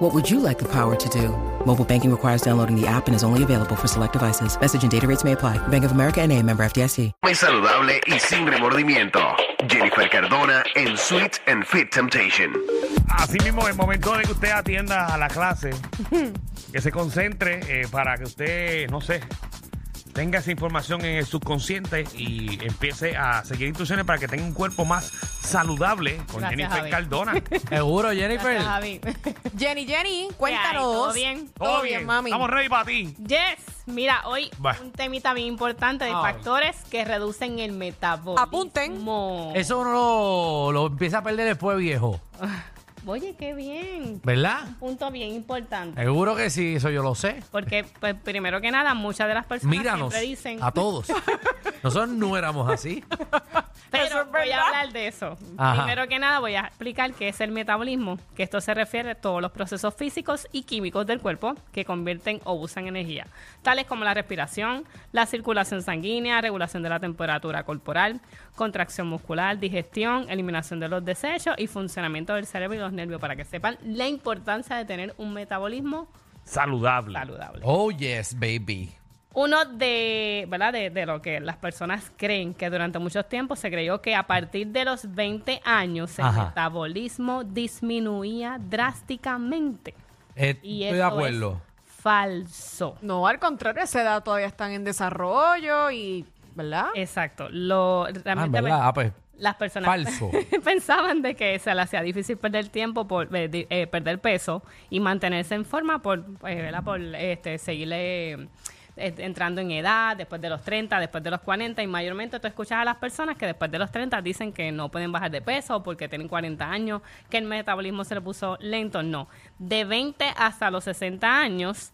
What would you like the power to do? Mobile banking requires downloading the app and is only available for select devices. Message and data rates may apply. Bank of America and a member FDIC. Muy saludable y sin remordimiento. Jennifer Cardona en Sweet and Fit Temptation. Así mismo, el momento de que usted atienda a la clase, que se concentre eh, para que usted, no sé, tenga esa información en el subconsciente y empiece a seguir instrucciones para que tenga un cuerpo más saludable con Gracias, Jennifer Javi. Cardona. Seguro, Jennifer. Gracias, Javi. Jenny, Jenny, ¿Qué hay? cuéntanos. ¿Todo bien? Todo bien, mami. Estamos ready para ti. Yes. Mira, hoy Va. un temita bien importante de Ah. factores que reducen el metabolismo. Apunten. Eso uno lo, lo empieza a perder después, viejo. Oye, qué bien. ¿Verdad? Punto bien importante. Seguro que sí, eso yo lo sé. Porque, pues, primero que nada, muchas de las personas Míranos siempre dicen... a todos. Nosotros no éramos así. Pero Eso es voy a verdad. hablar de eso. Ajá. Primero que nada voy a explicar qué es el metabolismo, que esto se refiere a todos los procesos físicos y químicos del cuerpo que convierten o usan energía, tales como la respiración, la circulación sanguínea, regulación de la temperatura corporal, contracción muscular, digestión, eliminación de los desechos y funcionamiento del cerebro y los nervios, para que sepan la importancia de tener un metabolismo Saludable. saludable. Oh, yes, baby. Uno de, ¿verdad? De, de lo que las personas creen, que durante muchos tiempos se creyó que a partir de los 20 años el Ajá. metabolismo disminuía drásticamente. Eh, Y estoy de eso acuerdo. Ah, es falso. No, al contrario, esa edad todavía están en desarrollo y, ¿verdad? Exacto. Lo, realmente Ah, en ¿verdad? Ah, pues. las personas Falso. pensaban de que se le hacía difícil perder tiempo por eh, di- eh, perder peso y mantenerse en forma por eh, ¿verdad? por este seguirle eh, entrando en edad después de los 30 después de los 40 y mayormente tú escuchas a las personas que después de los 30 dicen que no pueden bajar de peso porque tienen 40 años que el metabolismo se le puso lento no de 20 hasta los 60 años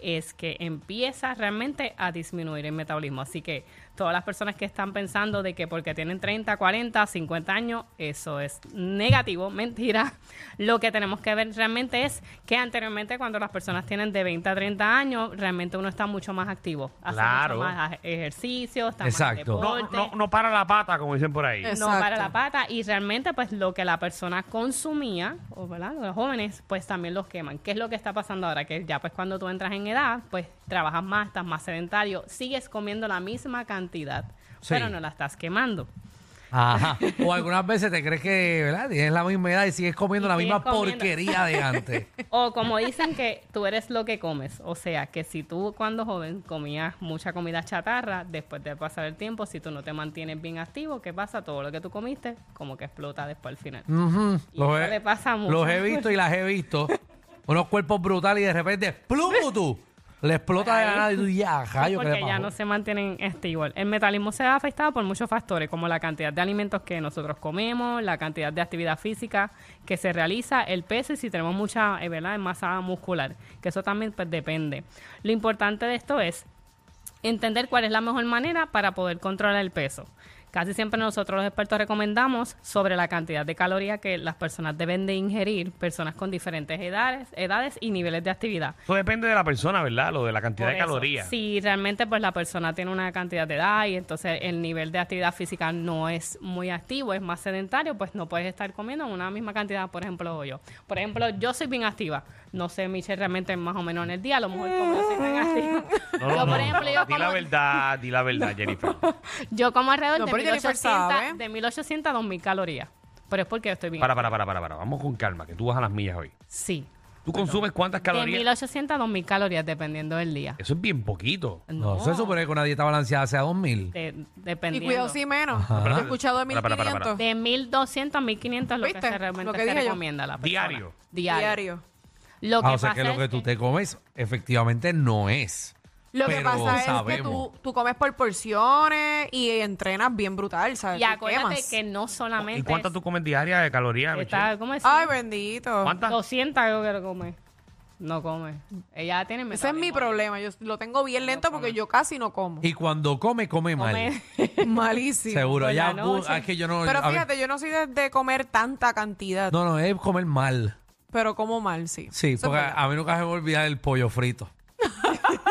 es que empieza realmente a disminuir el metabolismo. Así que todas las personas que están pensando de que porque tienen 30, 40, 50 años, eso es negativo, mentira. Lo que tenemos que ver realmente es que anteriormente cuando las personas tienen de 20 a 30 años, realmente uno está mucho más activo. Hace Claro. mucho más aj- ejercicio, está Exacto. más No, en deporte. no, no para la pata, como dicen por ahí. Es- No Exacto. para la pata y realmente pues lo que la persona consumía, o ¿verdad? los jóvenes pues también los queman. ¿Qué es lo que está pasando ahora? Que ya pues cuando tú entras en edad pues trabajas más, estás más sedentario, sigues comiendo la misma cantidad, Sí. pero no la estás quemando. Ajá. O algunas veces te crees que, ¿verdad? Tienes la misma edad y sigues comiendo Y la sigues misma comiendo. porquería de antes. O como dicen que tú eres lo que comes, o sea que si tú cuando joven comías mucha comida chatarra, después de pasar el tiempo, si tú no te mantienes bien activo, ¿qué pasa? Todo lo que tú comiste como que explota después al final. Ujú. Y eso le pasa a muchos. los he visto y las he visto. Unos cuerpos brutales y de repente, ¡plum! tú! Le explota de la nada y tú ya, rayo, ¿qué le porque ya pasó? no se mantienen este igual. El metabolismo se ha afectado por muchos factores, como la cantidad de alimentos que nosotros comemos, la cantidad de actividad física que se realiza, el peso y si tenemos mucha eh, ¿verdad? masa muscular, que eso también pues, depende. Lo importante de esto es entender cuál es la mejor manera para poder controlar el peso. Casi siempre nosotros los expertos recomendamos sobre la cantidad de calorías que las personas deben de ingerir, personas con diferentes edades, edades y niveles de actividad. Eso depende de la persona, ¿verdad? Lo de la cantidad Por de eso, calorías. Si realmente pues la persona tiene una cantidad de edad y entonces el nivel de actividad física no es muy activo, es más sedentario, pues no puedes estar comiendo una misma cantidad, por ejemplo, yo. Por ejemplo, yo soy bien activa. No sé, Michelle, realmente más o menos en el día, a lo mejor como soy bien activa. No, no, yo, no, por no, ejemplo, no, yo di la como, verdad, di la verdad, Jennifer. yo como alrededor No, de, pero Jennifer 1800, sabe. de 1800 a 2000 calorías. Pero es porque yo estoy bien. Para, para, para, para, para. Vamos con calma, que tú vas a las millas hoy. Sí. ¿Tú consumes cuántas De calorías? 1800 a 2000 calorías, dependiendo del día. Eso es bien poquito. No, se supone que una dieta balanceada sea 2000. De- Y Eh, dependiendo. cuidado si menos. Ajá. He escuchado de Para, para, para, 1500 De 1.200 a 1.500 es lo que Oh. ¿Viste? se realmente Lo que se dije yo. recomienda a la persona. Diario. Diario. diario. Lo que Ah, o sea pasa que lo es que tú te comes efectivamente no es. Lo que Pero pasa es que sabemos. tú, tú comes por porciones y entrenas bien brutal, ¿sabes? Y Tú acuérdate quemas. que no solamente... ¿Y cuántas es- tú comes diaria de calorías? Michelle? Está, ¿Cómo es? Ay, bendito. ¿Cuántas? 200 creo que lo come. No come. Ella tiene Ese es mi metabolismo problema. Yo lo tengo bien lento porque yo casi no como. Y cuando come, come mal. lento. Come- Malísimo. Seguro. por Ya, la bu- ah, noche. es que yo no. Pero a ver, fíjate, yo no soy de, de comer tanta cantidad, no, no, es comer mal. pero como mal, sí. Sí, Eso es porque verdad. a mí nunca se me olvida el pollo frito.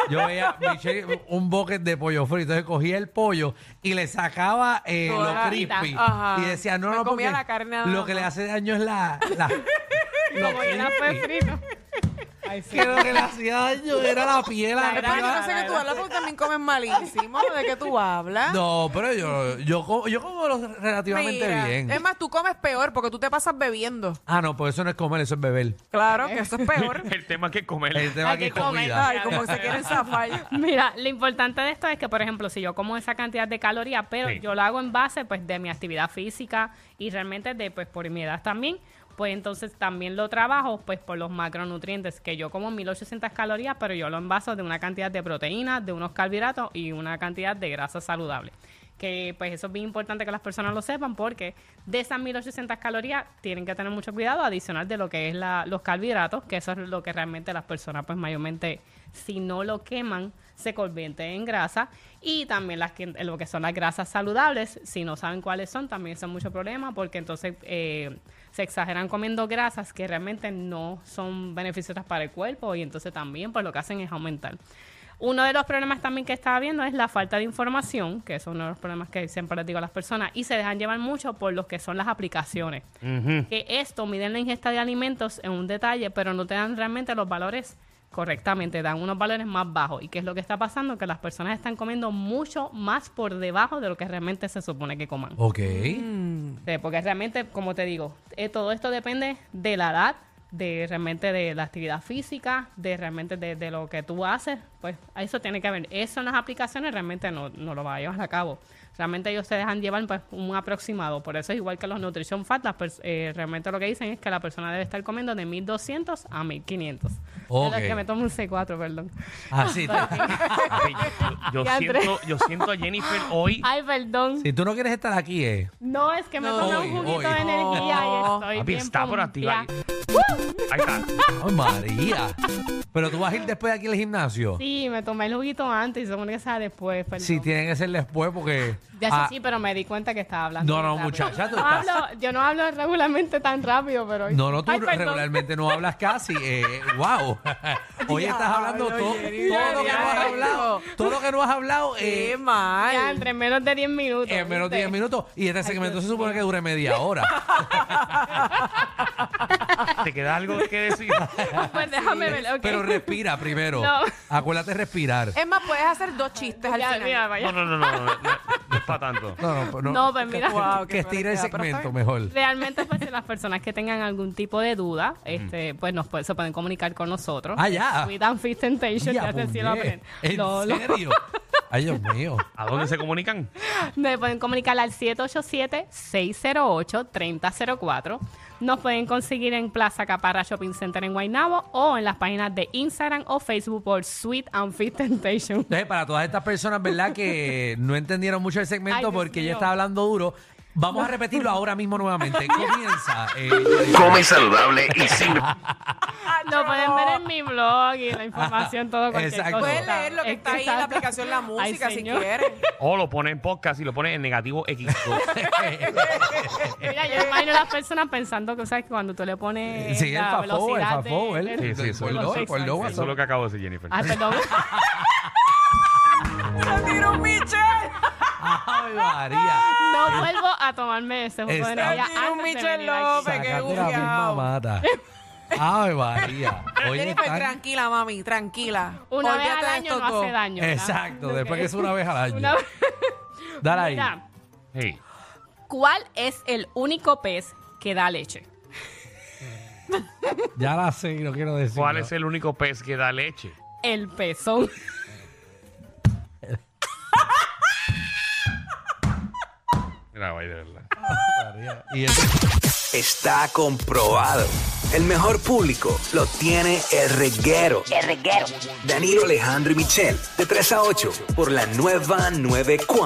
Yo veía Michelle, un bucket de pollo frito. Entonces cogía el pollo y le sacaba eh, Toda la lo crispy. mitad. Ajá. Y decía, no, Me no, comía porque la carne nada lo que le más. hace daño es la... la lo Como yo no crispy. fue frito. Ay, sí. que lo que le hacía daño era la piel. La arriba. Pero yo no sé que tú hablas porque también comes malísimo. ¿De qué tú Ah. hablas? No, pero yo, yo, como, yo como lo relativamente Mira, bien. Es más, tú comes peor porque tú te pasas bebiendo. Ah, no, pues eso no es comer, eso es beber. Claro, que eso es peor. El tema es que comer. El tema Hay aquí es que comer. comida. Ay, como se quieren zafar. Mira, lo importante de esto es que, por ejemplo, si yo como esa cantidad de calorías, pero Sí. yo lo hago en base pues de mi actividad física y realmente de pues por mi edad también, pues entonces también lo trabajo pues por los macronutrientes, que yo como 1800 calorías, pero yo lo envaso de una cantidad de proteínas, de unos carbohidratos y una cantidad de grasas saludables. Que pues eso es bien importante que las personas lo sepan porque de esas 1800 calorías tienen que tener mucho cuidado adicional de lo que es la, los carbohidratos, que eso es lo que realmente las personas pues mayormente si no lo queman se convierte en grasa y también las que, lo que son las grasas saludables, si no saben cuáles son, también son mucho problema porque entonces eh, se exageran comiendo grasas que realmente no son beneficiosas para el cuerpo y entonces también pues lo que hacen es aumentar. Uno de los problemas también que estaba viendo es la falta de información, que es uno de los problemas que siempre les digo a las personas, y se dejan llevar mucho por lo que son las aplicaciones. Que esto miden la ingesta de alimentos en un detalle, pero no te dan realmente los valores correctamente, dan unos valores más bajos. ¿Y qué es lo que está pasando? Que las personas están comiendo mucho más por debajo de lo que realmente se supone que coman. Ok. Mm. Sí, porque realmente, como te digo, eh, todo esto depende de la edad, de realmente de la actividad física, de realmente de, de lo que tú haces. Pues a eso tiene que ver. Eso en las aplicaciones realmente no, no lo va a llevar a cabo. Realmente ellos te dejan llevar pues, un aproximado. Por eso es igual que los Nutrition Fat, las pers- eh, realmente lo que dicen es que la persona debe estar comiendo de 1200 a 1500. Ok. Es que me tomo un C4, perdón. Así. Papi, yo, yo Y Andrés. siento, yo siento a Jennifer hoy. Ay, perdón. si tú no quieres estar aquí, eh. No, es que me No. tomé Hoy, un juguito hoy. de energía y estoy Papi, bien está por activar. pompía. Ahí está. Ay, María. Pero tú vas a ir después de aquí al gimnasio. Sí, me tomé el juguito antes y se supone que sea después, perdón. Sí, tiene que ser después porque. Ya sé, Ah, sí, pero me di cuenta que estaba hablando. No, no, muy rápido. muchacha, tú No estás- hablo- yo no hablo regularmente tan rápido, pero... hoy- No, no, tú Ay, perdón. regularmente no hablas casi. Eh, wow. Hoy estás hablando Diablo, todo, todo lo que Jenny. no has Diablo. hablado. Todo lo que no has hablado eh, Qué Ya, mal. entre menos de 10 minutos. en menos ¿viste? de 10 minutos. Y este segmento se supone que dure media hora. ¿Te queda algo que decir? Pues déjame ver, ok. Pero respira primero. No. Eh, Acuérdate de respirar. Es más, puedes hacer dos chistes al Ya, final. mira, No, vaya. no, no, no, no, no, no es para tanto. No, no, no. No, pues mira. Guau, que qué estire el barbaridad, pero está segmento bien. mejor. Realmente, pues, si las personas que tengan algún tipo de duda, este, pues nos puede- se pueden comunicar con nosotros. Ah, ya. We don't fit temptation, Ya, ya recién lo puñet. aprendí. ¿En Lo- lo- serio? Ay, Dios mío. ¿A dónde se comunican? Me pueden comunicar al 787-608-3004. Nos pueden conseguir en Plaza Caparra Shopping Center en Guaynabo o en las páginas de Instagram o Facebook por Sweet and Fit Temptation. Entonces, para todas estas personas, ¿verdad? Que no entendieron mucho el Ay, segmento Dios porque ella mío. estaba hablando duro. Vamos a repetirlo ahora mismo nuevamente. Comienza. eh, Come saludable y sin Ah, Lo pueden ver en mi blog y la información, todo cualquier cosa. Exacto. Puedes leer lo que Es está ahí en está- la aplicación La Ay, Música si señor. quieres. O lo ponen en podcast y lo ponen en negativo X. Mira, yo imagino a las personas pensando que, ¿sabes? que cuando tú le pones Sí, el la fafo, el velocidad de- fafo, del- el Sí, sí, eso por es lo lo- sexo, por lo- Eso es lo que acabo de decir, Jennifer. Ay, perdón. ¡Se tiró un Michel! Ay, María. No vuelvo a tomarme ese jugo de Exacto. energía Tiene un antes de Michel venir aquí. López. qué Sácate la misma bufiao. mata. Ay, María. Oye, Jennifer, están- tranquila, mami, tranquila. Una vez Olvídate al de año estos no hace dos. daño. ¿verdad? Exacto, Ok. después que es una vez al año. Una vez- Dale ahí. Mira, Sí. ¿cuál es el único pez que da leche? Ya la sé, y no quiero decir. ¿Cuál es el único pez que da leche? El pezón. Mira, vaya, de verdad. Y eso- Está comprobado. El mejor público lo tiene el reguero. El reguero. Danilo Alejandro y Michel, de 3 a 8, por la nueva 94.